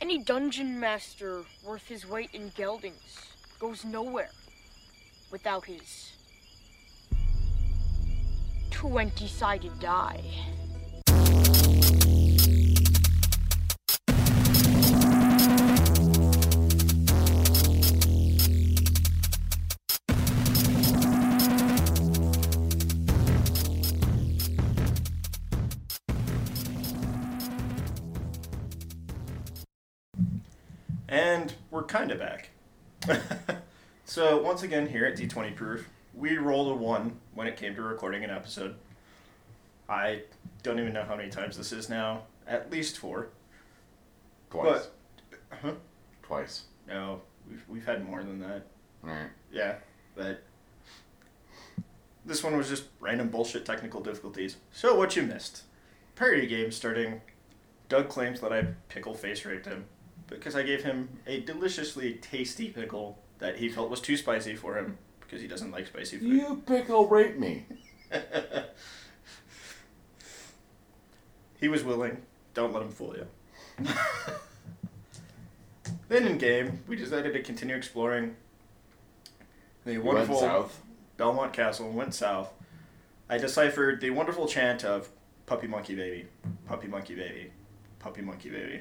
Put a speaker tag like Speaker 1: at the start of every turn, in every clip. Speaker 1: Any dungeon master worth his weight in geldings goes nowhere without his 20 sided die.
Speaker 2: And we're kind of back. so, once again, here at D20 Proof, we rolled a 1 when it came to recording an episode. I don't even know how many times this is now. At least four.
Speaker 3: Twice.
Speaker 2: But, uh-huh. huh?
Speaker 3: Twice.
Speaker 2: No, we've, we've had more than that.
Speaker 3: Right.
Speaker 2: Yeah, but this one was just random bullshit technical difficulties. So, what you missed? Parody game starting. Doug claims that I pickle face raped him because I gave him a deliciously tasty pickle that he felt was too spicy for him because he doesn't like spicy food.
Speaker 3: You pickle rape me.
Speaker 2: He was willing. Don't let him fool you. then in game, we decided to continue exploring the
Speaker 3: You went
Speaker 2: wonderful
Speaker 3: south.
Speaker 2: Belmont Castle and went south. I deciphered the wonderful chant of Puppy Monkey Baby, Puppy Monkey Baby, Puppy Monkey Baby,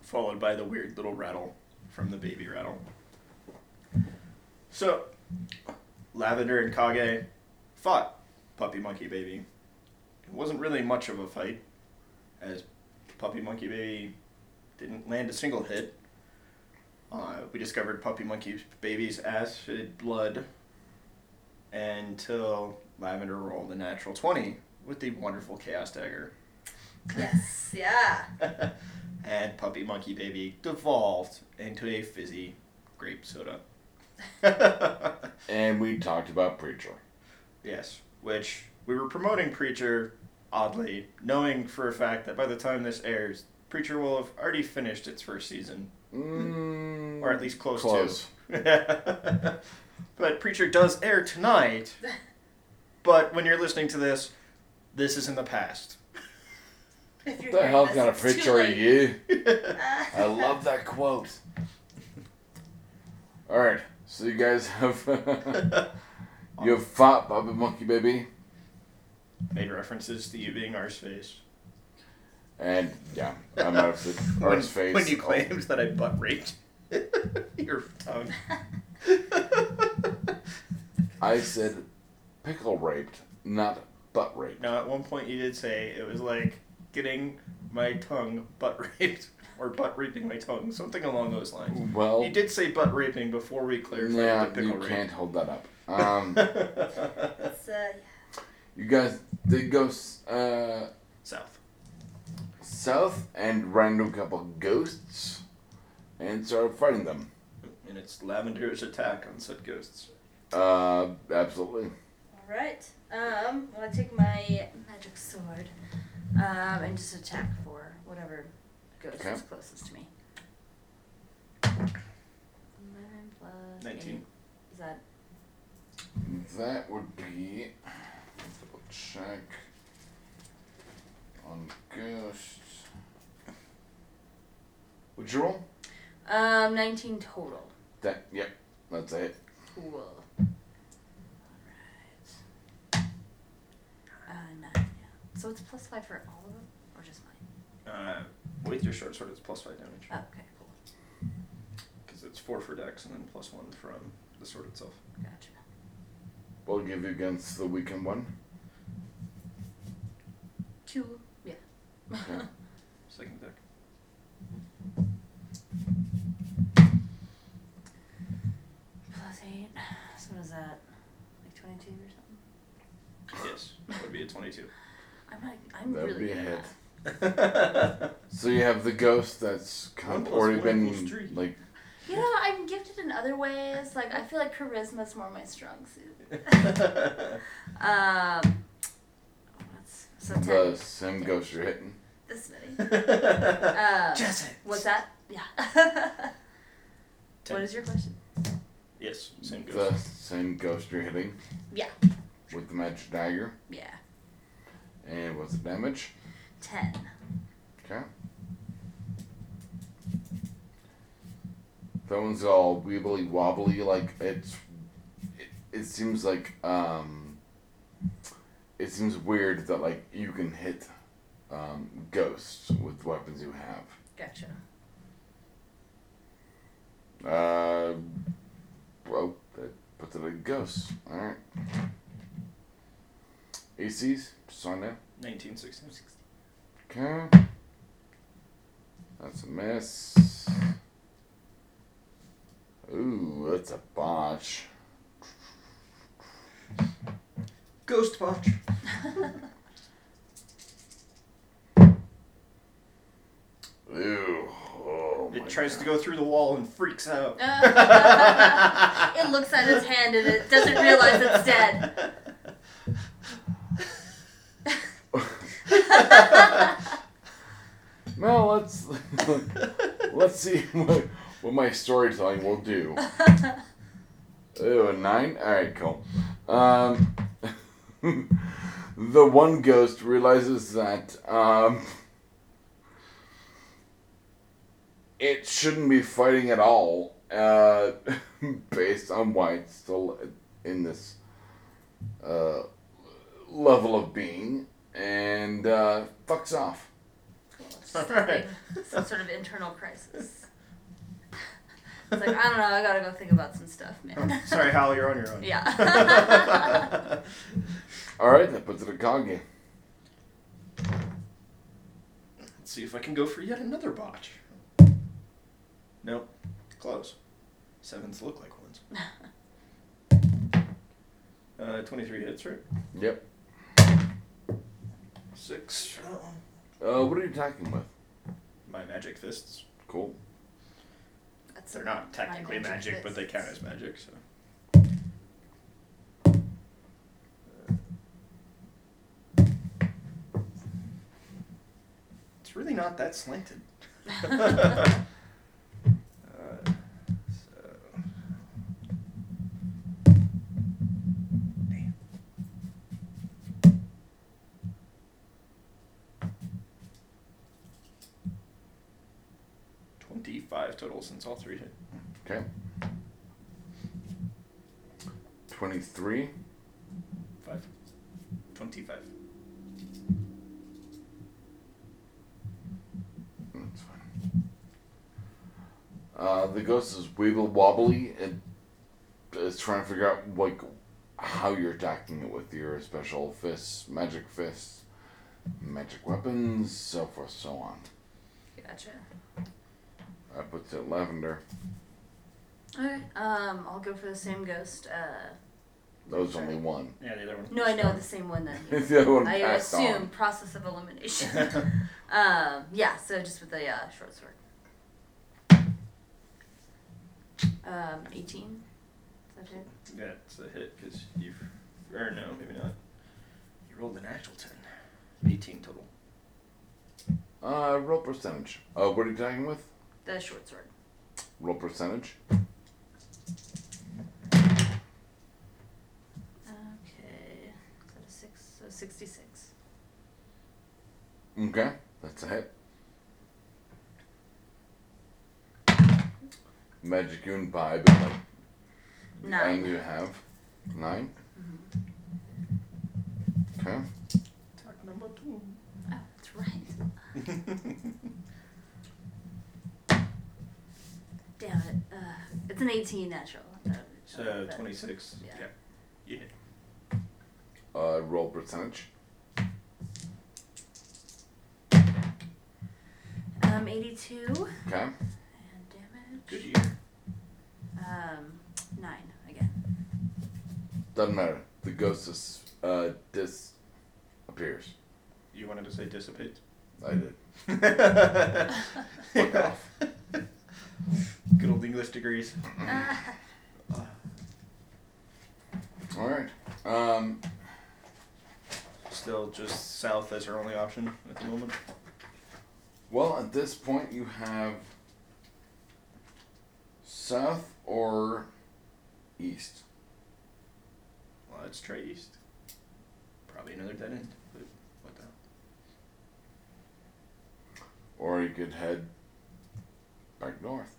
Speaker 2: followed by the weird little rattle from the baby rattle. So, Lavender and Kage fought Puppy Monkey Baby. It wasn't really much of a fight, as Puppy Monkey Baby didn't land a single hit. Uh, we discovered Puppy Monkey Baby's acid blood until Lavender rolled a natural 20 with the wonderful Chaos Dagger.
Speaker 4: Yes. Yeah.
Speaker 2: and Puppy Monkey Baby devolved into a fizzy grape soda.
Speaker 3: And we talked about Preacher.
Speaker 2: yes, which we were promoting Preacher, oddly, knowing for a fact that by the time this airs, Preacher will have already finished its first season,
Speaker 3: Mm,
Speaker 2: Hmm. or at least close,
Speaker 3: Close.
Speaker 2: to. but Preacher does air tonight. But when you're listening to this, this is in the past.
Speaker 4: If
Speaker 3: What the
Speaker 4: you're hearing
Speaker 3: hell
Speaker 4: this,
Speaker 3: kind of
Speaker 4: it's too
Speaker 3: preacher are
Speaker 4: late.
Speaker 3: you?
Speaker 4: Uh,
Speaker 3: I love that quote. All right, so you guys have you have fought Bubba Monkey Baby,
Speaker 2: Made references to you being our space.
Speaker 3: and yeah, I'm out of the arse face.
Speaker 2: When you claimed that I butt raped your tongue.
Speaker 3: Oh, I said pickle raped, not butt raped.
Speaker 2: now, at one point, you did say it was like getting my tongue butt raped or butt raping my tongue, something along those lines.
Speaker 3: Well,
Speaker 2: You did say butt raping before we clarified
Speaker 3: yeah,
Speaker 2: the
Speaker 3: you
Speaker 2: pickle rape.
Speaker 3: can't hold that up. Um,
Speaker 4: it's, uh,
Speaker 3: you guys did go s- uh,
Speaker 2: South.
Speaker 3: south and random couple ghosts, and started fighting them.
Speaker 2: And it's Lavender's attack on said ghosts.
Speaker 3: Uh, absolutely.
Speaker 4: all right. Um, I'm gonna take my magic sword, um, and just attack for whatever ghost
Speaker 3: Okay.
Speaker 4: is closest to me. Eleven plus
Speaker 2: 19.
Speaker 4: eight. Is that
Speaker 3: That would be. let's double check. On Ghost. Would you roll?
Speaker 4: um 19 total?
Speaker 3: That, yep, that's it.
Speaker 4: Cool. All right. Uh, nine. Yeah. So it's plus five for all of them, or just mine?
Speaker 2: Uh, with your short sword, it's plus 5 damage.
Speaker 4: Oh, okay, cool.
Speaker 2: Because it's 4 for dex and then plus 1 from the sword itself.
Speaker 4: Gotcha.
Speaker 3: We'll give you against the weakened one.
Speaker 4: Two. Yeah.
Speaker 3: Okay.
Speaker 2: Second deck.
Speaker 4: Plus eight. So what is that? Like twenty-two or something?
Speaker 2: Yes, that would be a 22.
Speaker 4: I'm not. I'm
Speaker 3: That would
Speaker 4: really
Speaker 3: be a
Speaker 4: good
Speaker 3: hit.
Speaker 4: at
Speaker 3: So you have the ghost that's kind
Speaker 2: One
Speaker 3: of
Speaker 2: plus
Speaker 3: already
Speaker 2: one
Speaker 3: been,
Speaker 2: equals three.
Speaker 3: like,
Speaker 4: that. You know, I'm gifted in other ways. Like I feel like charisma's more my strong suit. Um. what's- So ten.
Speaker 3: the same ghost you're hitting.
Speaker 4: This many. Uh,
Speaker 2: Jesse.
Speaker 4: What's that? Yeah.
Speaker 2: Ten.
Speaker 4: What is your question?
Speaker 2: Yes, same goes.
Speaker 3: The same ghost you're hitting
Speaker 4: Yeah.
Speaker 3: with the magic dagger.
Speaker 4: Yeah.
Speaker 3: And what's the damage?
Speaker 4: Ten.
Speaker 3: Okay. That one's all weebly wobbly. Like it's, it, it seems like um, it seems weird that like you can hit um, ghosts with weapons you have.
Speaker 4: Gotcha.
Speaker 3: Uh, well, that puts it at ghosts. All right. ACs, just on down.
Speaker 2: 1960.
Speaker 3: Okay. That's a miss. Ooh, that's a botch.
Speaker 2: Ghost Watch.
Speaker 3: Ew. Oh my
Speaker 2: It tries
Speaker 3: God.
Speaker 2: to go through the wall and freaks out.
Speaker 4: it looks at its hand and it doesn't realize it's dead.
Speaker 3: Well, let's
Speaker 4: Oh.
Speaker 3: let's see what, what my storytelling will do. Ew, a nine. All right, cool. Um, the one ghost realizes that um, it shouldn't be fighting at all, uh, based on why it's still in this uh, level of being, and uh, fucks off.
Speaker 4: Cool. It's just
Speaker 2: Alright.
Speaker 4: like Some sort of internal crisis. It's like, I don't know, I gotta go think about some stuff, man.
Speaker 2: Oh, Sorry, Hal, you're on your own.
Speaker 4: Yeah.
Speaker 3: All right, that puts it at Kage.
Speaker 2: Let's see if I can go for yet another botch. Nope. Close. Sevens look like ones. Uh, 23 hits, right?
Speaker 3: Yep.
Speaker 2: Six.
Speaker 3: Uh,
Speaker 4: Oh.
Speaker 3: what are you attacking with?
Speaker 2: My magic fists.
Speaker 3: Cool.
Speaker 4: That's
Speaker 2: They're not technically
Speaker 4: My
Speaker 2: magic,
Speaker 4: magic
Speaker 2: but they
Speaker 4: fists.
Speaker 2: count as magic, so. It's really not that slanted. uh, so. Damn. Twenty-five total since all three hit.
Speaker 3: Okay. 23.
Speaker 2: Five. Twenty-five.
Speaker 3: Hmm, That's fine. Uh, the ghost is weeble wobbly and is trying to figure out like how you're attacking it with your special fists, magic fists, magic weapons, so forth, so on.
Speaker 4: Gotcha.
Speaker 3: That puts it lavender.
Speaker 4: Alright, um, I'll go for the same ghost. Uh,
Speaker 3: That was only one.
Speaker 2: Yeah, the other one.
Speaker 4: no, I know the same one that he
Speaker 3: the other one
Speaker 4: I
Speaker 3: passed
Speaker 4: assume
Speaker 3: on.
Speaker 4: process of elimination. um, yeah, so just with the uh, short sword. Um, 18. Is that it?
Speaker 2: Yeah, it's a hit because you. Or no, maybe not. You rolled an actual ten. Eighteen total.
Speaker 3: Uh, roll percentage. Uh, what are you attacking with?
Speaker 4: The short sword.
Speaker 3: Roll percentage.
Speaker 4: Okay. Is that a 6? So 66.
Speaker 3: Okay, that's a hit. Magic Magicoon vibe, like,
Speaker 4: 9.
Speaker 3: and you have nine. Okay,
Speaker 2: Attack number two.
Speaker 4: Oh, that's right. Damn it. Uh, it's an 18 natural. Uh,
Speaker 2: so
Speaker 4: but-
Speaker 2: twenty-six.
Speaker 4: Yeah.
Speaker 2: Yeah. Yeah.
Speaker 3: uh, roll percentage.
Speaker 4: Um, 82. And
Speaker 3: Okay,
Speaker 4: damage.
Speaker 2: Good year.
Speaker 4: Um, 9 again.
Speaker 3: doesn't matter. The ghost is, uh, disappears.
Speaker 2: You wanted to say dissipate.
Speaker 3: I
Speaker 2: Mm-hmm.
Speaker 3: did.
Speaker 2: Fuck
Speaker 3: off.
Speaker 2: Good old English degrees.
Speaker 3: All right. Um,
Speaker 2: Still just south as her only option at the moment.
Speaker 3: well, at this point, you have south or east.
Speaker 2: Well, let's try east. Probably another dead end. But what the? hell.
Speaker 3: Or you could head back north.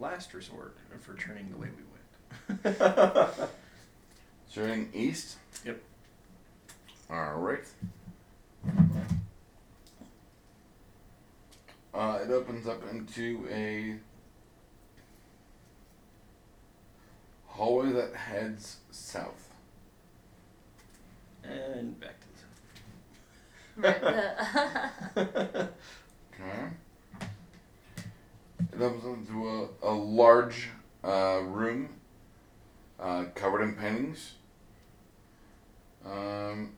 Speaker 2: last resort for turning the way we went.
Speaker 3: Turning east?
Speaker 2: Yep.
Speaker 3: Alright. Uh, it opens up into a hallway that heads south.
Speaker 2: and back
Speaker 4: Right.
Speaker 2: to the.
Speaker 3: Okay. It opens into a, a large uh, room uh, covered in paintings. Um,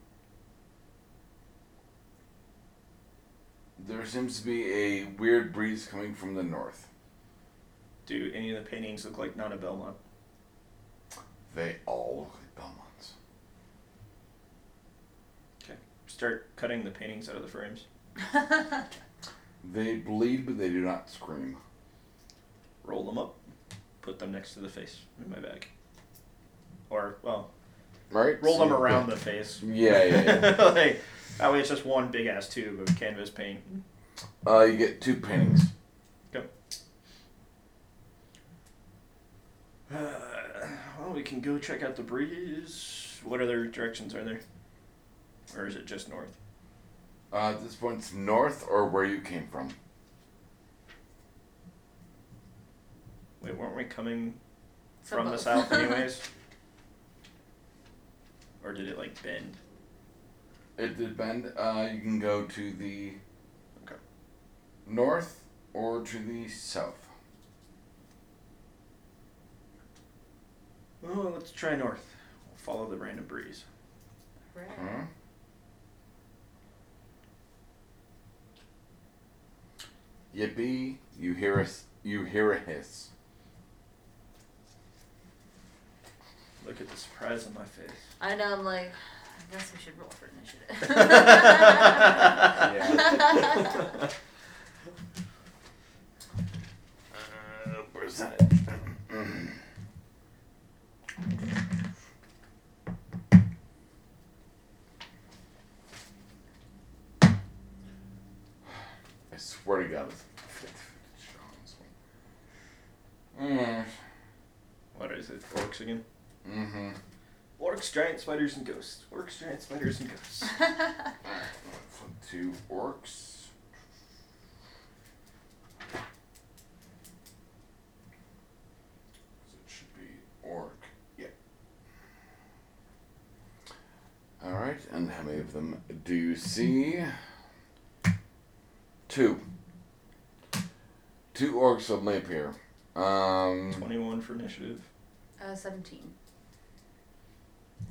Speaker 3: there seems to be a weird breeze coming from the north.
Speaker 2: Do any of the paintings look like Nana Belmont?
Speaker 3: They all look like Belmonts.
Speaker 2: Start cutting the paintings out of the frames.
Speaker 3: They bleed, but they do not scream.
Speaker 2: Roll them up. Put them next to the face in my bag. Or well,
Speaker 3: Right?
Speaker 2: roll them
Speaker 3: So-
Speaker 2: around the face.
Speaker 3: Yeah, yeah, yeah.
Speaker 2: like, that way it's just one big ass tube of canvas paint.
Speaker 3: Uh, you get two paintings.
Speaker 2: Uh, well, we can go check out the breeze. What other directions are there? Or is it just north?
Speaker 3: Uh, at this point, it's north or where you came from.
Speaker 2: Wait, weren't we coming
Speaker 4: So
Speaker 2: from the
Speaker 4: both.
Speaker 2: south anyways? or did it like bend?
Speaker 3: It did bend. Uh, you can go to the
Speaker 2: Okay.
Speaker 3: north or to the south.
Speaker 2: Well, let's try north. We'll follow the random breeze.
Speaker 4: Right.
Speaker 3: Hmm? Yippee! You hear us. You hear a hiss.
Speaker 2: Look at the surprise on my face.
Speaker 4: I know. I'm like, I guess we should roll for initiative.
Speaker 2: Yeah.
Speaker 3: Uh, where's that? I swear to God, it's shot on this one. Mm,
Speaker 2: what is it? Orcs again?
Speaker 3: Mm-hmm.
Speaker 2: Orcs, giant spiders, and ghosts. Orcs, giant spiders, and ghosts.
Speaker 3: Alright, flip to orcs. So It should be orc. Yeah. Alright, and how many of them do you see? Two. Two orcs suddenly appear. Um,
Speaker 2: 21 for initiative.
Speaker 4: uh, Seventeen.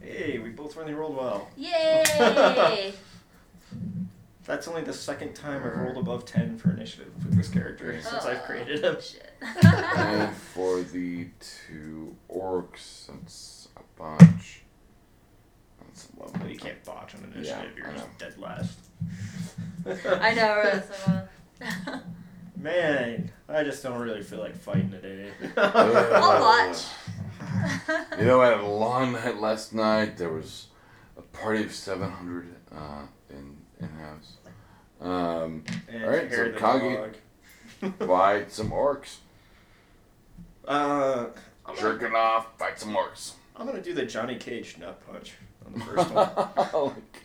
Speaker 2: Hey, we both really rolled well.
Speaker 4: Yay!
Speaker 2: That's only the second time I've rolled above 10 for initiative with this character since I've
Speaker 4: Oh,
Speaker 2: created him.
Speaker 4: Shit.
Speaker 3: and for the two orcs, that's a bunch. That's a
Speaker 2: Well,
Speaker 3: lovely.
Speaker 2: you can't botch an
Speaker 3: Yeah,
Speaker 2: initiative,
Speaker 3: I
Speaker 2: you're
Speaker 3: know.
Speaker 2: just dead last.
Speaker 4: I know. Right? So, uh,
Speaker 2: Man, I just don't really feel like fighting today.
Speaker 4: I'll
Speaker 3: Uh,
Speaker 4: watch.
Speaker 3: You know, I had a long night last night. There was a party of 700 uh, in in house. Um,
Speaker 2: And
Speaker 3: All right,
Speaker 2: hear
Speaker 3: so
Speaker 2: the
Speaker 3: Kagi-
Speaker 2: dog.
Speaker 3: fight some orcs.
Speaker 2: Uh, I'm gonna,
Speaker 3: Jerking off, fight some orcs.
Speaker 2: I'm gonna do the Johnny Cage nut punch on the first one. Oh
Speaker 3: Like,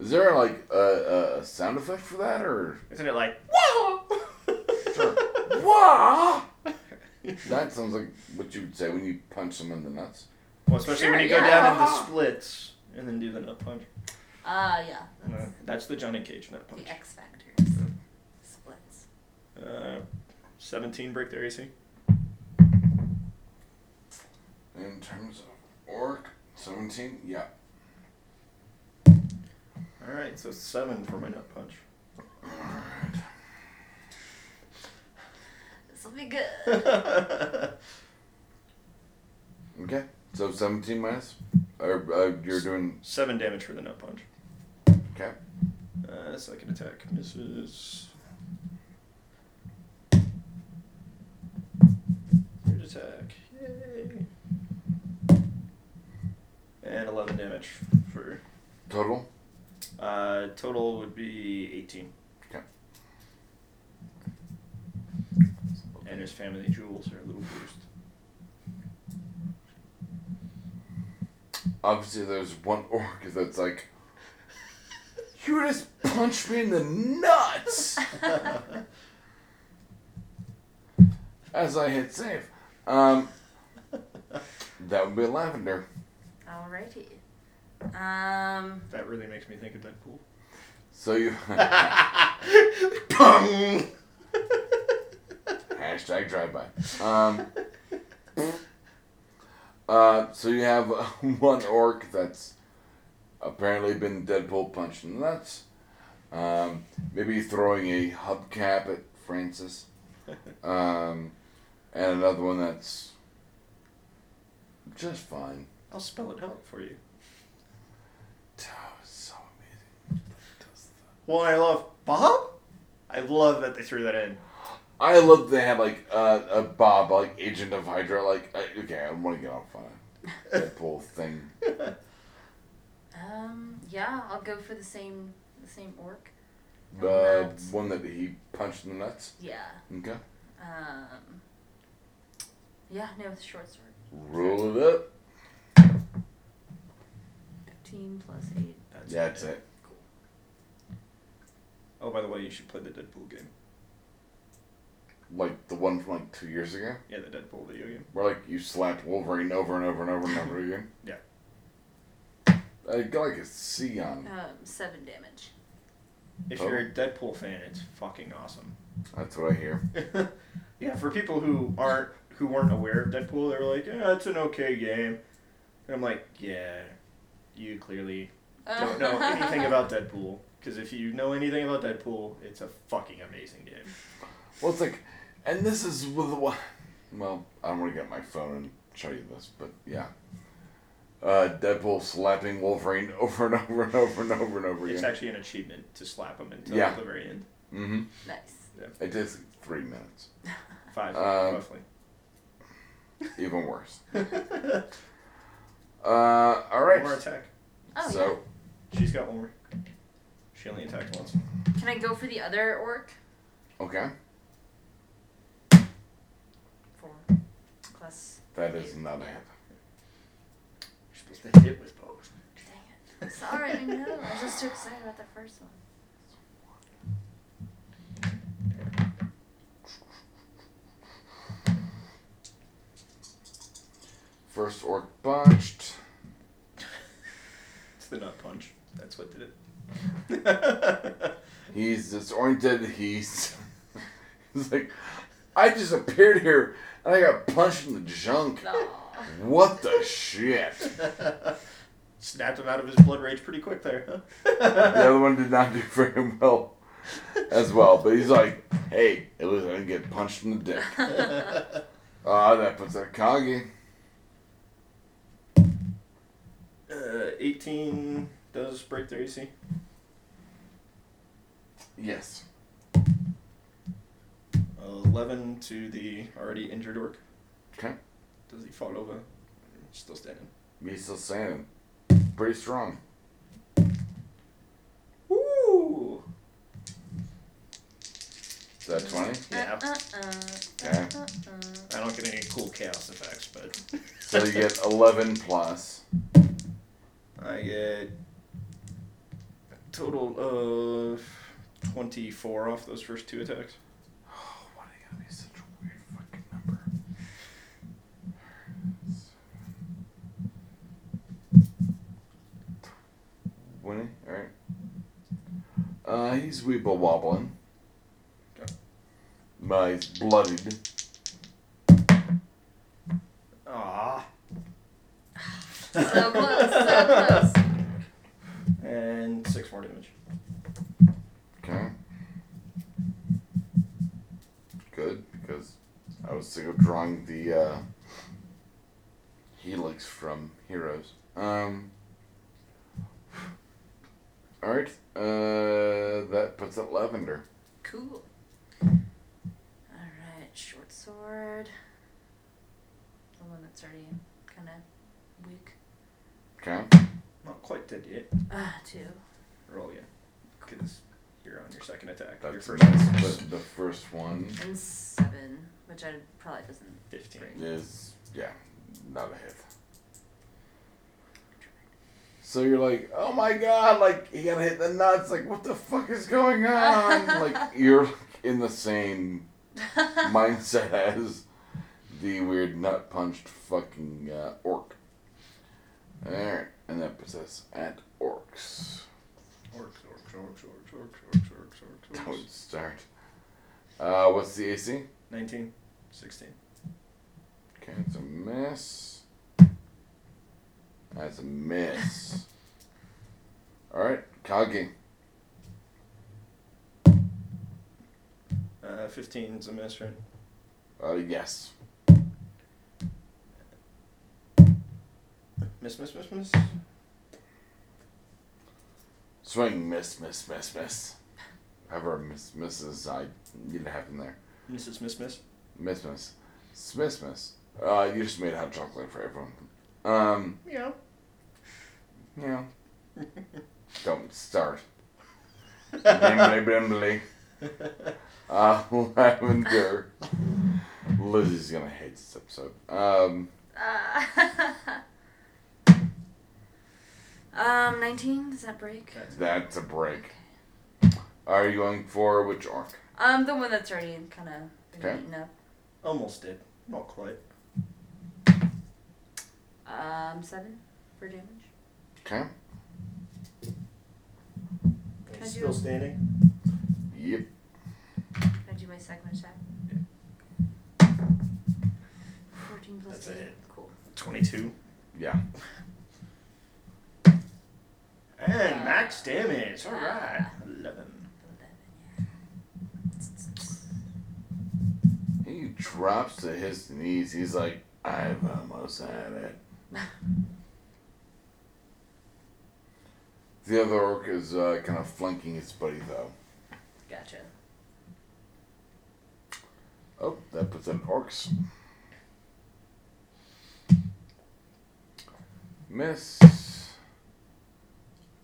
Speaker 3: is there like a, a sound effect for that or?
Speaker 2: Isn't it like, whoa?
Speaker 3: Sure. Wah! That sounds like what you would say when you punch someone in the nuts.
Speaker 2: Well, especially when you
Speaker 4: Sure,
Speaker 2: go down
Speaker 4: yeah.
Speaker 2: in the splits and then do the nut punch.
Speaker 4: Ah, yeah.
Speaker 2: Uh, that's the Johnny Cage nut punch.
Speaker 4: The X Factors. Splits.
Speaker 2: Uh, 17 break their AC.
Speaker 3: In terms of orc, 17, yeah.
Speaker 2: All right, so seven for my nut punch.
Speaker 4: This will be good.
Speaker 2: yeah,
Speaker 3: Okay, so 17 minus? Or uh, you're doing,
Speaker 2: seven damage for the nut punch.
Speaker 3: okay.
Speaker 2: Uh, second attack misses. Third attack, yay! And eleven damage for
Speaker 3: Total?
Speaker 2: uh, total would be eighteen,
Speaker 3: Okay.
Speaker 2: and and his family jewels are a little bruised.
Speaker 3: Obviously, there's one orc that's like, you just punched me in the nuts as I hit save. Um, that would be lavender.
Speaker 4: Alrighty. Um,
Speaker 2: That really makes me think of Deadpool.
Speaker 3: So you
Speaker 2: Pung!
Speaker 3: hashtag drive by. Um, uh, so you have uh, one orc that's apparently been Deadpool punched in the nuts. Um, maybe throwing a hubcap at Francis. Um, and another one that's just fine.
Speaker 2: I'll spell it out for you.
Speaker 3: Oh, it's so amazing.
Speaker 2: Well, I love Bob. I love that they threw that in.
Speaker 3: I love they had like uh, a Bob, like Agent of Hydra. Like, I, okay, I want to get off on a Deadpool thing.
Speaker 4: um, yeah, I'll go for the same, the same orc.
Speaker 3: The
Speaker 4: Nuts.
Speaker 3: Uh, one that he punched in the nuts.
Speaker 4: Yeah.
Speaker 3: Okay.
Speaker 4: Um, yeah, no, with the short sword.
Speaker 3: Roll it up.
Speaker 4: 15 plus 8.
Speaker 2: That's,
Speaker 3: That's it.
Speaker 2: Oh, by the way, you should play the Deadpool game.
Speaker 3: Like the one from like two years ago,
Speaker 2: Yeah, the Deadpool video game.
Speaker 3: where like you slapped Wolverine over and over and over and over again.
Speaker 2: Yeah.
Speaker 3: I got like a C on. it.
Speaker 4: Um, 7 damage.
Speaker 2: If
Speaker 3: Oh.
Speaker 2: you're a Deadpool fan, it's fucking awesome.
Speaker 3: That's what I hear.
Speaker 2: yeah, for people who aren't who weren't aware of Deadpool, they were like, "Yeah, it's an okay game," and I'm like, "Yeah, you clearly don't know anything about Deadpool." Because if you know anything about Deadpool, it's a fucking amazing game.
Speaker 3: Well, it's like, and this is with what? Well, I'm gonna get my phone and show you this, but yeah. Uh, Deadpool slapping Wolverine over and over and over and over and over
Speaker 2: It's
Speaker 3: again.
Speaker 2: actually an achievement to slap him until
Speaker 3: Yeah.
Speaker 2: the very end.
Speaker 3: Mm-hmm.
Speaker 4: Nice.
Speaker 3: It takes three minutes.
Speaker 2: Five,
Speaker 3: Um,
Speaker 2: roughly.
Speaker 3: Even worse. Uh, all right.
Speaker 2: One more attack.
Speaker 4: Oh,
Speaker 3: so
Speaker 2: She's got one more. She only attacked once.
Speaker 4: yeah. Can I go for the other orc?
Speaker 3: okay,
Speaker 4: 4 plus.
Speaker 3: that is not a hit.
Speaker 2: You're supposed to hit it with both.
Speaker 4: Dang it. Sorry, I know. I was just too excited about the first one.
Speaker 3: First orc botched.
Speaker 2: It's the nut punch. That's what did it.
Speaker 3: He's disoriented. He's he's like, I just appeared here and I got punched in the junk.
Speaker 4: Aw.
Speaker 3: What the shit?
Speaker 2: Snapped him out of his blood rage pretty quick there.
Speaker 3: The
Speaker 2: Huh?
Speaker 3: other one did not do very well as well, but he's like, hey, at least I didn't get punched in the dick.
Speaker 4: Uh,
Speaker 3: Ah, that puts that Kagi.
Speaker 2: uh, 18 does break their AC.
Speaker 3: Yes.
Speaker 2: 11 to the already injured orc.
Speaker 3: Okay.
Speaker 2: Does he fall over? Still standing.
Speaker 3: He's still standing. Pretty strong.
Speaker 2: Woo!
Speaker 3: Is that 20?
Speaker 2: Yeah.
Speaker 4: Uh, uh,
Speaker 3: Okay.
Speaker 4: uh, uh.
Speaker 2: I don't get any cool chaos effects, but.
Speaker 3: So you get 11 plus.
Speaker 2: I get a total of 24 off those first two attacks.
Speaker 3: Oh, why do you gotta be such a weird fucking number? Winnie, alright. Uh, he's weeble wobbling.
Speaker 2: Okay.
Speaker 3: Uh, he's bloodied.
Speaker 2: Ah.
Speaker 4: So close, so close.
Speaker 2: And six more damage.
Speaker 3: Okay. Good, because I was sick of drawing the uh, helix from Heroes. Um. Alright, uh, that puts it Lavender.
Speaker 4: Cool. Alright, short sword. The one that's already kind of weak.
Speaker 3: Okay.
Speaker 2: Not quite dead yet.
Speaker 4: Ah, two.
Speaker 2: Roll yet. Because you're on on your second attack. your
Speaker 3: That's
Speaker 2: first
Speaker 3: that's
Speaker 2: one's
Speaker 3: the, the first one
Speaker 4: And seven, which I probably doesn't.
Speaker 2: 15.
Speaker 3: is yeah, not a hit. So you're like, oh my god, like he got hit in the nuts. Like what the fuck is going on? like you're in the same mindset as the weird nut punched fucking uh, orc. Alright, and that puts us at orcs.
Speaker 2: Orcs, orcs, orcs, orcs, orcs, orcs, orcs, orcs, orcs.
Speaker 3: Don't start. Uh, what's the AC?
Speaker 2: 19, 16.
Speaker 3: Okay, it's a miss. That's a miss. Alright, Kagi.
Speaker 2: Uh, 15 is a miss, right?
Speaker 3: Uh, yes.
Speaker 2: Miss, miss, miss, miss.
Speaker 3: Swing, miss, miss, miss, miss. However, miss, misses, I didn't happen there.
Speaker 2: Mrs. Miss, miss.
Speaker 3: Miss Miss. Miss Miss. Uh, you just made hot chocolate for everyone. Um,
Speaker 2: Meow.
Speaker 3: you know. Don't start. Bimbly bimbly. Uh, Lavender. Lizzie's gonna hate this episode. Um,
Speaker 4: Uh, um, 19, does that break?
Speaker 3: that's a break. Are you going for which orc?
Speaker 4: Um, the one that's already kind of been
Speaker 3: Okay.
Speaker 4: eaten up.
Speaker 2: Almost did. Not quite.
Speaker 4: Um, seven for damage.
Speaker 3: Okay.
Speaker 4: I
Speaker 2: He's
Speaker 4: do-
Speaker 2: still standing.
Speaker 3: Yep.
Speaker 4: Can I do my second attack? 14 plus
Speaker 2: That's a
Speaker 4: 8.
Speaker 2: hit.
Speaker 4: Cool.
Speaker 2: 22.
Speaker 3: Yeah.
Speaker 2: And max damage. All right. 11.
Speaker 4: 11,
Speaker 3: He drops to his knees. He's like, I've almost had it. the other orc is uh, kind of flanking his buddy, though.
Speaker 4: yeah. Gotcha.
Speaker 3: Oh, that puts in orcs. Miss.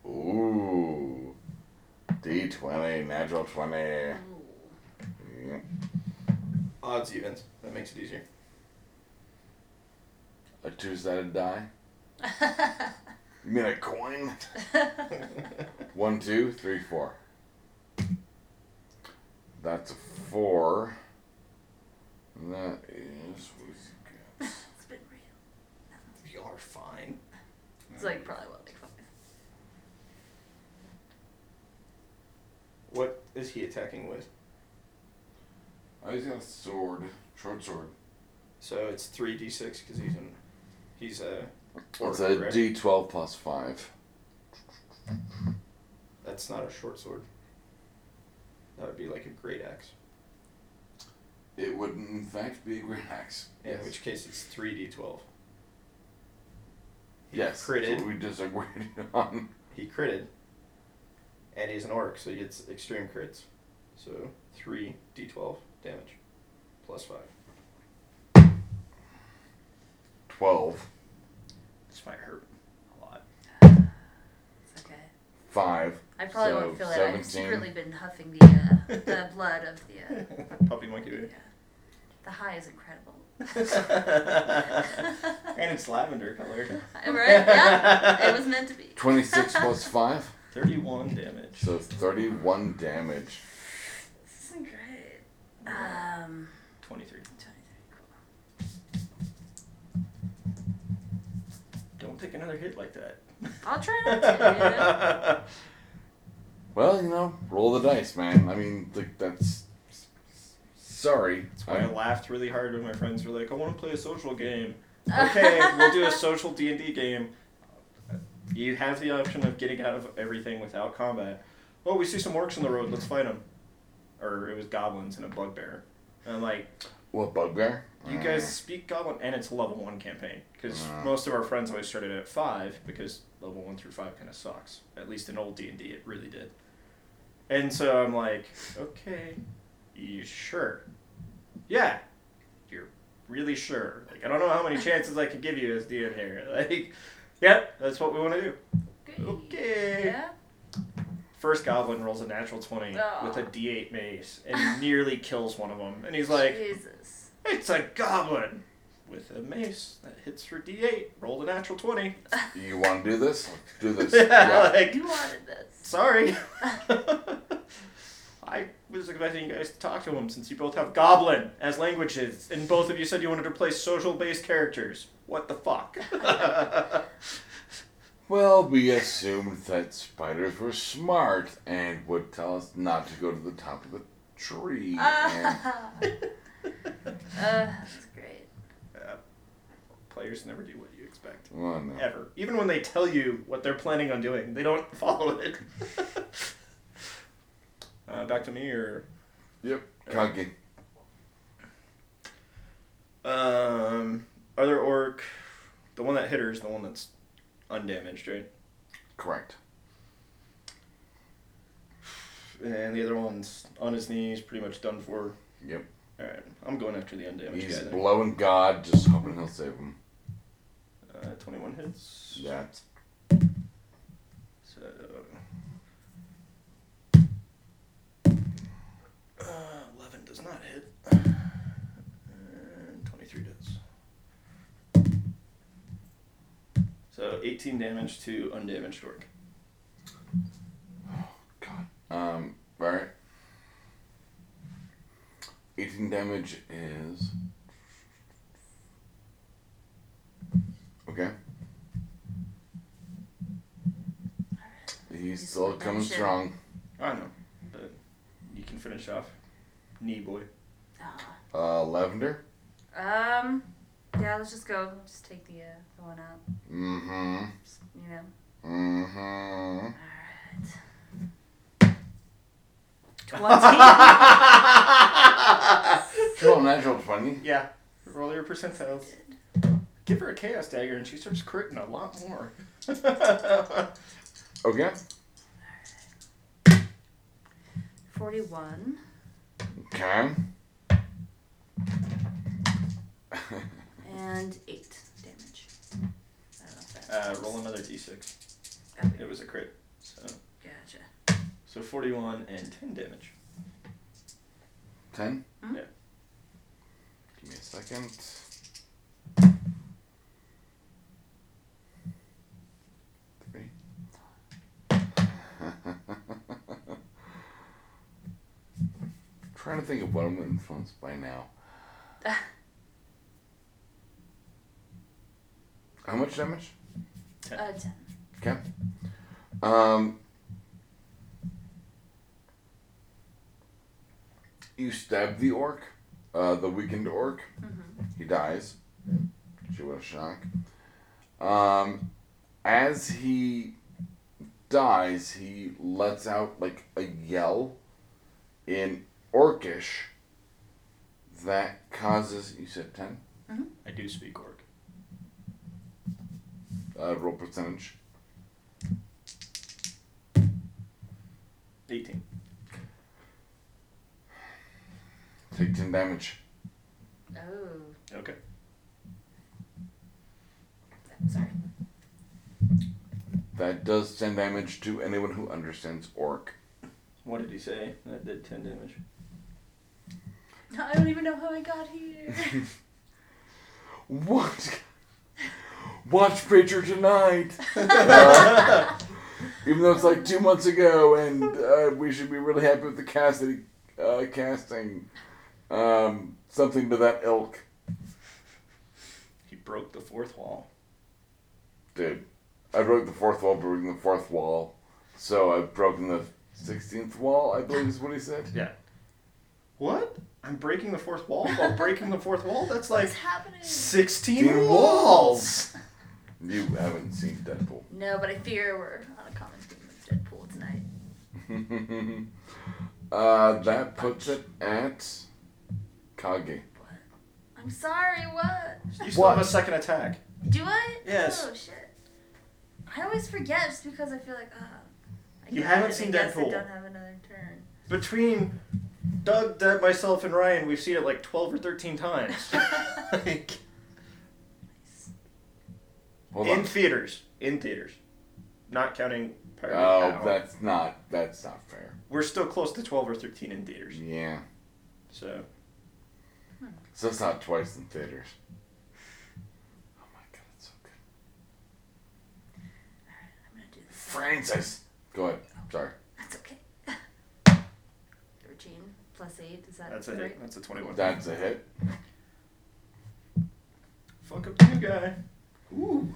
Speaker 3: Ooh. D20, natural 20. Yeah.
Speaker 4: Ooh.
Speaker 2: Odds, evens. That makes it easier.
Speaker 3: A two sided die? You mean a coin? One, two, three, four. That's a four. And that is what's it got?
Speaker 4: it's been real.
Speaker 2: You are fine.
Speaker 4: It's like probably what, like five.
Speaker 2: What is he attacking with?
Speaker 3: Oh, he's got a sword, short sword.
Speaker 2: So it's 3d6 because he's in. He's a.
Speaker 3: It's
Speaker 2: orc,
Speaker 3: a
Speaker 2: right?
Speaker 3: D twelve plus five.
Speaker 2: That's not a short sword. That would be like a great axe.
Speaker 3: It would in fact be a great axe.
Speaker 2: In which case it's 3d12. He
Speaker 3: yes. That's
Speaker 2: Critted.
Speaker 3: what we disagreed on.
Speaker 2: He critted. And he's an orc, so he gets extreme crits. So 3d12 damage. Plus 5.
Speaker 3: Twelve.
Speaker 2: This might hurt a lot.
Speaker 4: It's okay.
Speaker 3: Five.
Speaker 4: I probably
Speaker 3: so
Speaker 4: won't feel it.
Speaker 3: 17.
Speaker 4: I've secretly been huffing the uh, the blood of the uh,
Speaker 2: Puppy monkey
Speaker 4: yeah.
Speaker 2: baby.
Speaker 4: The high is incredible.
Speaker 2: and it's lavender colored.
Speaker 4: Am I right? Yeah. It was meant to be.
Speaker 3: Twenty six plus five.
Speaker 2: 31 damage.
Speaker 3: So thirty one damage.
Speaker 4: This isn't great. Um,
Speaker 2: 23.
Speaker 4: 23, cool.
Speaker 2: Don't take another hit like that.
Speaker 4: I'll try not to.
Speaker 3: Well, you know, roll the dice, man. I mean, like that's. Sorry.
Speaker 2: That's why I
Speaker 3: I,
Speaker 2: laughed really hard when my friends were like, "I want to play a social game."
Speaker 4: you know?
Speaker 2: Okay, we'll do a social D and D game. You have the option of getting out of everything without combat. Oh, we see some orcs on the road. Let's fight them. Or it was goblins and a bugbear. And I'm like,
Speaker 3: what bugbear?
Speaker 2: you guys speak goblin, and it's a level one campaign because
Speaker 3: Mm.
Speaker 2: most of our friends always started at five because level one through five kind of sucks. At least in old D and D, it really did. And so I'm like, okay, you sure? Yeah, you're really sure. Like I don't know how many chances I could give you as DM here. Like, yep, that's what we want to do.
Speaker 4: Okay.
Speaker 2: Okay.
Speaker 4: Yeah.
Speaker 2: first goblin rolls a natural 20
Speaker 4: Aw.
Speaker 2: with a d8 mace and nearly kills one of them. And he's like,
Speaker 4: Jesus.
Speaker 2: It's a goblin with a mace that hits for d8, rolled a natural 20.
Speaker 3: Uh, You want to do this? Let's do this.
Speaker 2: yeah,
Speaker 3: Yeah.
Speaker 2: like,
Speaker 4: You wanted this.
Speaker 2: sorry. I was expecting you guys to talk to him since you both have goblin as languages, and both of you said you wanted to play social based characters. What the fuck?
Speaker 3: Well, we assumed that spiders were smart and would tell us not to go to the top of the tree. and
Speaker 4: Ah. uh, that's great.
Speaker 2: Players never do what you expect.
Speaker 3: Well, no.
Speaker 2: Ever. Even when they tell you what they're planning on doing, they don't follow it. uh, back to me, or.
Speaker 3: Yep. Kagi.
Speaker 2: Um, other orc. The one that hit her is the one that's undamaged, right?
Speaker 3: Correct.
Speaker 2: And the other one's on his knees, pretty much done for.
Speaker 3: Yep.
Speaker 2: Alright, I'm going after the undamaged
Speaker 3: He's
Speaker 2: guy then.
Speaker 3: blowing God, just hoping he'll save him.
Speaker 2: Uh, 21 hits.
Speaker 3: That's
Speaker 2: So. Uh, 11 does not hit. And 23 does. So 18 damage to undamaged orc.
Speaker 3: God. Um, alright. 18 damage is. Okay. He's
Speaker 4: He's
Speaker 3: still
Speaker 4: got
Speaker 3: coming
Speaker 4: that shit.
Speaker 3: strong.
Speaker 2: I know, but you can finish off. Knee boy.
Speaker 4: Ah.
Speaker 3: Uh, Lavender?
Speaker 4: Um, yeah, let's just go. Just take the, uh, the one out.
Speaker 3: Mm
Speaker 4: Just, you know.
Speaker 3: hmm. Mm hmm.
Speaker 4: Alright.
Speaker 3: Roll natural 20.
Speaker 2: Yeah. Roll your percentiles. Give her a chaos dagger and she starts critting a lot more. Uh,
Speaker 3: Okay.
Speaker 4: 41.
Speaker 3: Okay.
Speaker 4: And 8 damage. I don't know if that
Speaker 2: uh,
Speaker 4: helps.
Speaker 2: roll another d6.
Speaker 4: Okay,
Speaker 2: It was a crit. So,
Speaker 4: Gotcha.
Speaker 2: so 41 and 10 damage.
Speaker 3: 10?
Speaker 4: Mhm.
Speaker 2: Yeah.
Speaker 3: Give me a second. Three. trying to think of what I'm influenced by now. How much damage?
Speaker 4: Uh, 10.
Speaker 3: Okay. Um, you stab the orc, uh, the weakened orc.
Speaker 4: Mm-hmm.
Speaker 3: He dies. She was shock. Um, as he dies, he lets out like a yell in orcish that causes. You said 10?
Speaker 2: I do speak orc.
Speaker 3: Uh, roll percentage.
Speaker 2: 18.
Speaker 3: Take 10 damage.
Speaker 4: Oh,
Speaker 2: Okay.
Speaker 4: sorry.
Speaker 3: That does 10 damage to anyone who understands orc.
Speaker 2: What did he say? That did 10 damage.
Speaker 4: I don't even know how I got here.
Speaker 3: What? Watch Preacher tonight. Uh, even though it's like two months ago, and uh, we should be really happy with the casting, uh, casting, um, something to that ilk,
Speaker 2: He broke the fourth wall.
Speaker 3: dude. I broke the fourth wall, broken the fourth wall, so I've broken the sixteenth wall. I believe is what he said.
Speaker 2: Yeah. What? I'm breaking the fourth wall while breaking the fourth wall? That's like
Speaker 4: What's happening?
Speaker 2: 16
Speaker 3: Sixteen
Speaker 2: walls!
Speaker 3: You haven't seen Deadpool.
Speaker 4: No, but I fear we're on a common theme with Deadpool tonight.
Speaker 3: uh, that puts it at Kage.
Speaker 4: What? I'm sorry, what?
Speaker 2: You still
Speaker 3: What?
Speaker 2: have a second attack.
Speaker 4: Do I?
Speaker 2: Yes.
Speaker 4: Oh, shit. I always forget just because I feel like, ah. I
Speaker 2: You
Speaker 4: got
Speaker 2: haven't
Speaker 4: it.
Speaker 2: seen
Speaker 4: I guess
Speaker 2: Deadpool.
Speaker 4: I don't have another turn.
Speaker 2: Between Doug, Deb, myself, and Ryan, we've seen it like 12 or 13 times. like,
Speaker 3: Hold
Speaker 2: in
Speaker 3: on.
Speaker 2: theaters. In theaters. Not counting
Speaker 3: Oh,
Speaker 2: Parody Owl.
Speaker 3: that's not that's not fair.
Speaker 2: We're still close to 12 or 13 in theaters.
Speaker 3: Yeah,
Speaker 2: So,
Speaker 3: so it's not twice in theaters. Oh my god, it's so good.
Speaker 4: I'm gonna do this.
Speaker 3: Francis, go ahead. Sorry.
Speaker 4: That's okay. Thirteen plus eight is that
Speaker 2: that's a
Speaker 4: right?
Speaker 2: hit. That's a 21.
Speaker 3: That's a hit.
Speaker 2: Fuck up the new guy. Ooh.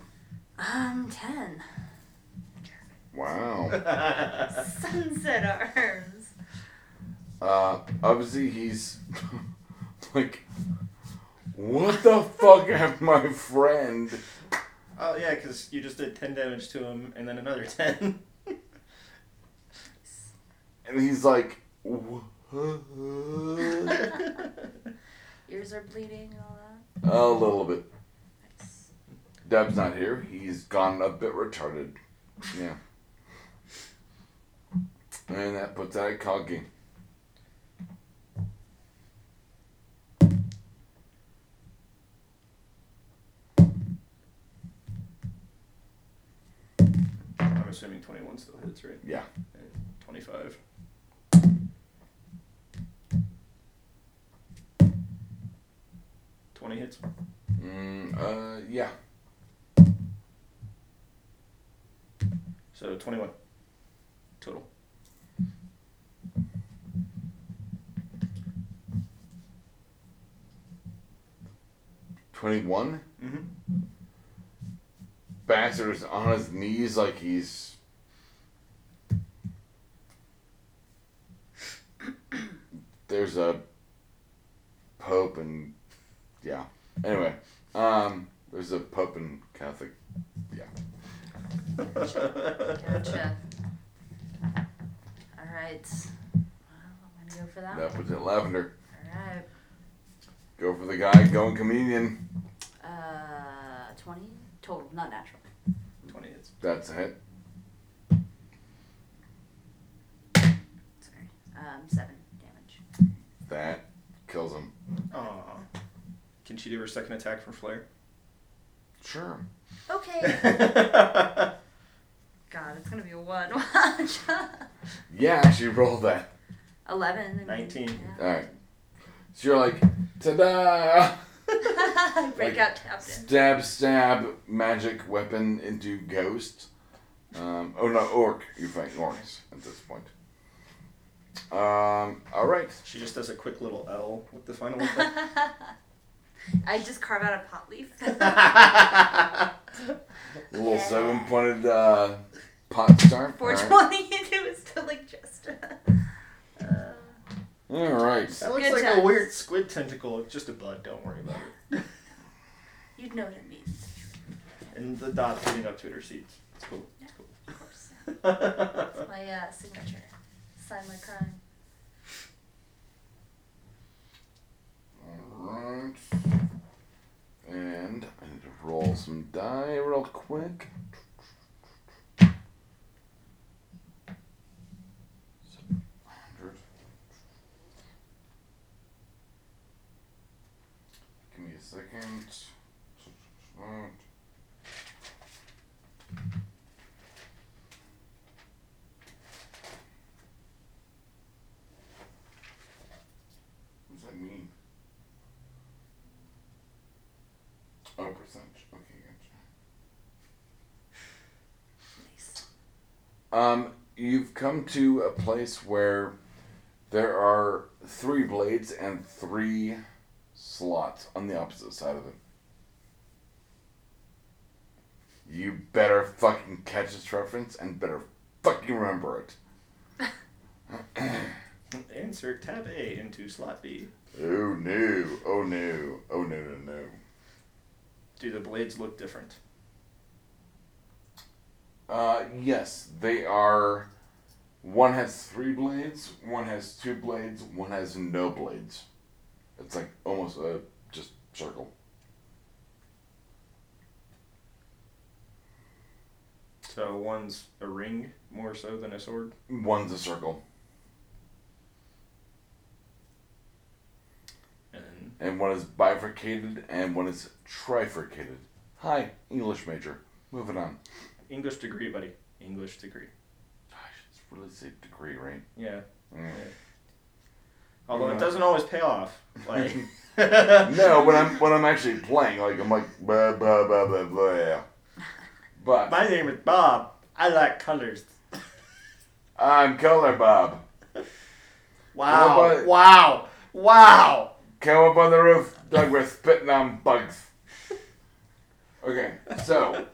Speaker 4: Um, ten.
Speaker 3: Wow.
Speaker 4: Sunset Arms.
Speaker 3: Uh, obviously he's like, what the fuck have my friend?
Speaker 2: oh, yeah, because you just did 10 damage to him and then another 10.
Speaker 3: And he's like, "What?"
Speaker 4: Ears are bleeding. All that.
Speaker 3: a little bit.
Speaker 4: Nice.
Speaker 3: Deb's not here. He's gone a bit retarded. Yeah. And that puts that at Coggy.
Speaker 2: I'm assuming 21 still hits, right?
Speaker 3: Yeah.
Speaker 2: And 25. Twenty hits.
Speaker 3: Mm, uh, yeah.
Speaker 2: So twenty-one total.
Speaker 3: Twenty-one.
Speaker 2: Mm-hmm.
Speaker 3: Bastard is on his knees like he's. There's a pope and yeah. Anyway, um, there's a pope and Catholic.
Speaker 4: Gotcha. all right. Well, I'm gonna go for that.
Speaker 3: That puts it lavender.
Speaker 4: All right.
Speaker 3: Go for the guy going comedian.
Speaker 4: Uh, twenty total, not natural.
Speaker 2: Twenty hits.
Speaker 3: That's a hit.
Speaker 4: Sorry. Um, seven damage.
Speaker 3: That kills him.
Speaker 2: Aww. Can she do her second attack from flare?
Speaker 3: Sure.
Speaker 4: Okay. God, it's gonna be a one.
Speaker 3: Yeah, she rolled that.
Speaker 4: Eleven. I mean,
Speaker 2: 19.
Speaker 3: All right. So you're like, ta-da!
Speaker 4: Yeah.
Speaker 3: Like-
Speaker 4: Breakout captain.
Speaker 3: Stab, stab, magic weapon into ghost. Um, oh no, orc. You're fighting orcs at this point. Um, all right.
Speaker 2: she just does a quick little L with the final effect.
Speaker 4: I just carve out a pot leaf.
Speaker 3: A little seven-pointed uh, pot star. All
Speaker 4: Four
Speaker 3: right.
Speaker 4: twenty. It was still like just. Uh,
Speaker 3: All right.
Speaker 2: That looks
Speaker 4: Good
Speaker 2: like
Speaker 4: times.
Speaker 2: a weird squid tentacle. It's just a bud. Don't worry about it.
Speaker 4: you'd know what it means.
Speaker 2: And the dots leading up to it are seeds. It's cool. It's cool.
Speaker 4: Of course.
Speaker 2: All
Speaker 4: My uh, signature. Sign my crime.
Speaker 3: All right. And I need to roll some die real quick. Seven hundred. Give me a second. Alright. What does that mean? Oh, percentage. Okay, gotcha.
Speaker 4: Nice.
Speaker 3: Um, you've come to a place where there are three blades and three slots on the opposite side of them. You better fucking catch this reference and better fucking remember it.
Speaker 2: Insert tab A into slot B.
Speaker 3: Oh no! Oh no! Oh no! No no!
Speaker 2: Do the blades look different?
Speaker 3: Uh, yes, they are. One has three blades, one has two blades, one has no blades. It's like almost a just circle.
Speaker 2: So one's a ring more so than a sword.
Speaker 3: One's a circle,
Speaker 2: And
Speaker 3: and one is bifurcated, and one is trifurcated. Hi, English major. Moving on.
Speaker 2: English degree, buddy. English degree.
Speaker 3: what did it say? Degree, right?
Speaker 2: Yeah.
Speaker 3: Mm.
Speaker 2: Although
Speaker 3: Yeah.
Speaker 2: it doesn't always pay off. Like
Speaker 3: No, when I'm when I'm actually playing, like I'm like blah blah blah blah blah. yeah. But
Speaker 2: My name is Bob. I like colors.
Speaker 3: I'm Color Bob.
Speaker 2: Wow.
Speaker 3: Nobody-
Speaker 2: Wow. Wow.
Speaker 3: Come up on the roof, Doug. We're spitting on bugs. Okay, so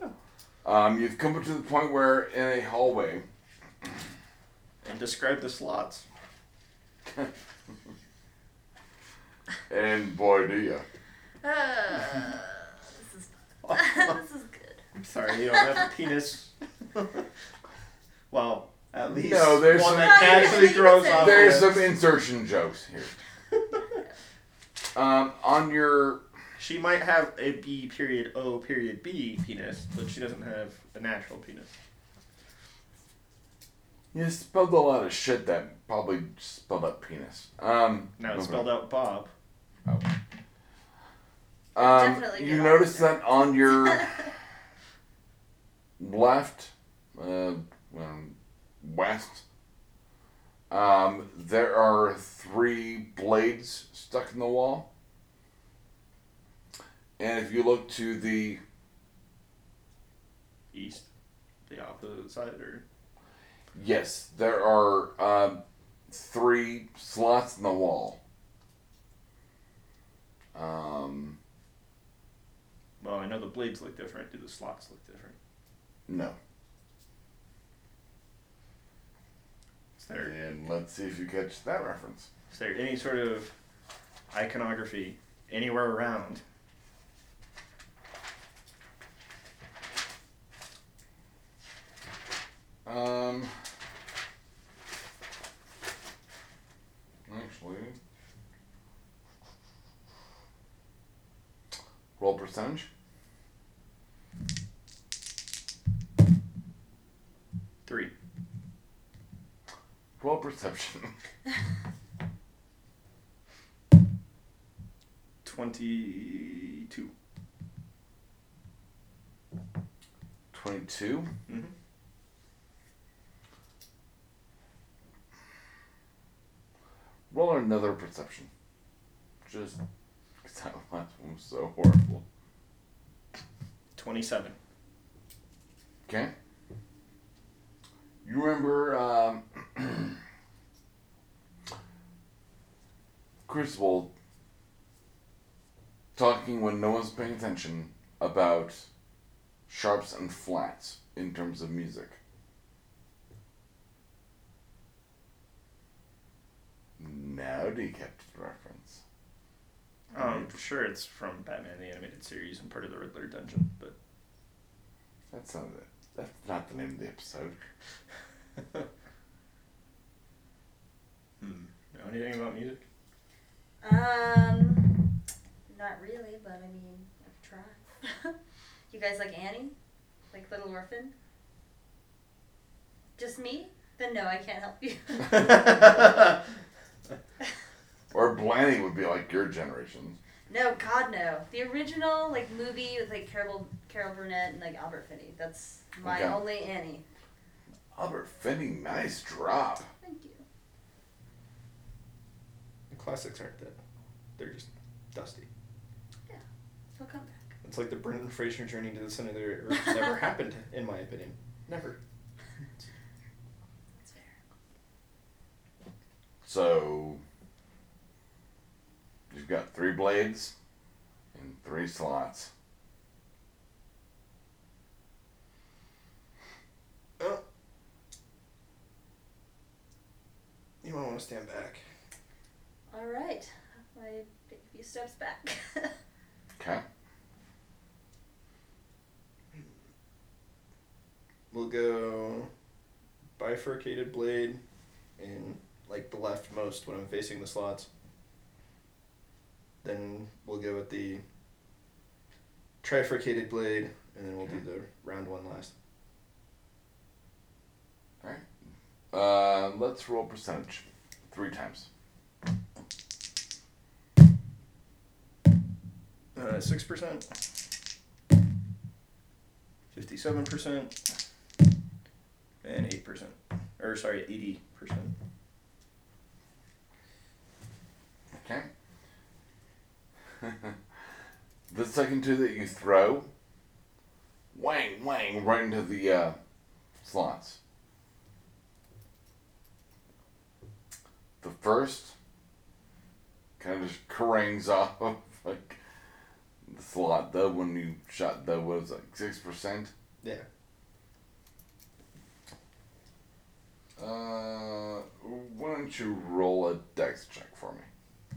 Speaker 3: um, you've come up to the point where in a hallway,
Speaker 2: And describe the slots.
Speaker 3: and boy, do you!
Speaker 4: Uh, this is
Speaker 2: I'm
Speaker 4: this is good.
Speaker 2: sorry, you don't have a penis. well, at least
Speaker 3: No, there's
Speaker 2: one
Speaker 3: some-
Speaker 2: that naturally grows off. of
Speaker 3: There's
Speaker 2: it.
Speaker 3: some insertion jokes here. Um, on your
Speaker 2: She might have a B period O period B penis, but she doesn't have a natural penis.
Speaker 3: You spelled a lot of shit that probably spelled out penis. Um,
Speaker 2: Now it's spelled out Bob.
Speaker 3: Um,
Speaker 4: Definitely
Speaker 3: you
Speaker 4: get
Speaker 3: notice
Speaker 4: all of
Speaker 3: that on your left, uh, um, west, um, there are three blades stuck in the wall. And if you look to the
Speaker 2: East. The opposite side or
Speaker 3: yes, there are um, three slots in the wall. Um,
Speaker 2: well, I know the blades look different, do the slots look different?
Speaker 3: no.
Speaker 2: Is there
Speaker 3: And let's see if you catch that reference.
Speaker 2: is there any sort of iconography anywhere around?
Speaker 3: Um, actually, roll percentage.
Speaker 2: Three.
Speaker 3: Roll perception.
Speaker 2: Twenty two.
Speaker 3: Twenty-two.
Speaker 2: Mhm.
Speaker 3: Roll another perception. Just because that last one was so horrible.
Speaker 2: Twenty seven.
Speaker 3: Okay. You remember um, Crucible talking when no one's paying attention about sharps and flats in terms of music. Now do you catch the reference?
Speaker 2: Um sure it's from Batman the Animated Series and part of the Riddler dungeon, but
Speaker 3: That's not it. That's not the name of the episode.
Speaker 2: hmm. Know anything about music?
Speaker 4: Um, not really, but I mean, I've tried. you guys like Annie, like Little Orphan? Just me? Then no, I can't help you.
Speaker 3: Or Blanny would be like your generation.
Speaker 4: no, God no. The original like movie with like Carol Carol Burnett and like Albert Finney. That's my
Speaker 3: Okay.
Speaker 4: only Annie.
Speaker 3: Albert Finney, nice drop.
Speaker 4: Thank you.
Speaker 2: The classics aren't that. They're just dusty.
Speaker 4: We'll come back.
Speaker 2: It's like the Brendan Fraser journey to the center of the earth never happened, in my opinion. Never.
Speaker 4: That's fair.
Speaker 3: So you've got three blades and three slots.
Speaker 2: You might want to stand back.
Speaker 4: All right. I take a few steps back.
Speaker 3: Okay.
Speaker 2: We'll go bifurcated blade in like the leftmost when I'm facing the slots. Then we'll go with the trifurcated blade, and then we'll do the round one last.
Speaker 3: Uh, let's roll percentage three times.
Speaker 2: Uh, 6%, 57%, and 8%. Or or sorry, eighty percent.
Speaker 3: Okay. the second two that you throw, wang, wang, right into the uh, slots. The first kind of just carangs off like the slot. The when you shot the was like six percent.
Speaker 2: Yeah.
Speaker 3: Uh, why don't you roll a dex check for me?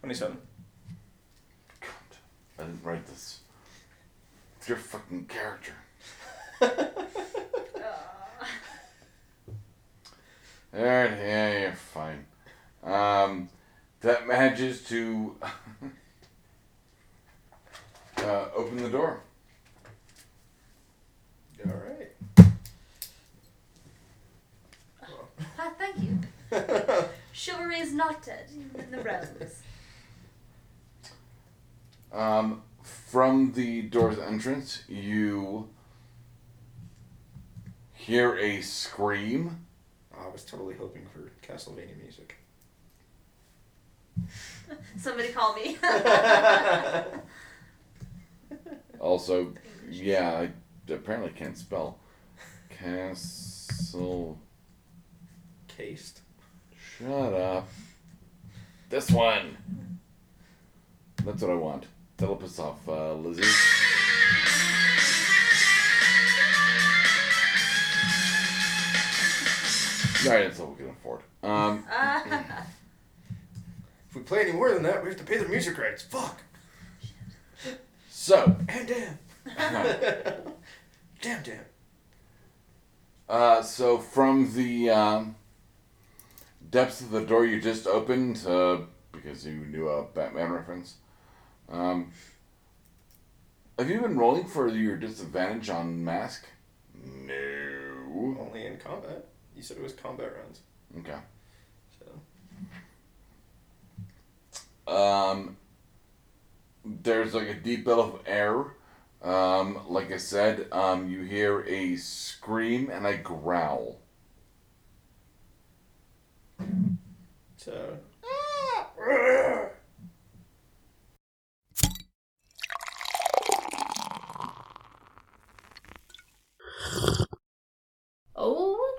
Speaker 2: Twenty-seven.
Speaker 3: God, I didn't write this. It's your fucking character.
Speaker 4: Aw.
Speaker 3: Alright, yeah, you're fine. Um, that manages to uh, open the door.
Speaker 2: All right.
Speaker 4: Ah, thank you. Chivalry is not dead even in the realms.
Speaker 3: Um, from the door's entrance, you hear a scream.
Speaker 2: I was totally hoping for Castlevania music.
Speaker 4: Somebody call me.
Speaker 3: Also, yeah, I apparently can't spell. Castle.
Speaker 2: Cased.
Speaker 3: Shut up. This one. That's what I want. That'll piss off uh, Lizzie. Alright, that's all we can afford. Um,
Speaker 4: Ah,
Speaker 2: If we play any more than that, we have to pay the music rights. Fuck.
Speaker 3: so,
Speaker 2: And damn. damn, damn.
Speaker 3: uh, so from the um, depths of the door you just opened, uh, because you knew a Batman reference, um, have you been rolling for your disadvantage on mask? No.
Speaker 2: Only in combat. You said it was combat rounds.
Speaker 3: Okay.
Speaker 2: So
Speaker 3: Um, there's like a deep bit of air. Um, like I said, um, you hear a scream and a growl.
Speaker 2: so.
Speaker 5: Oh,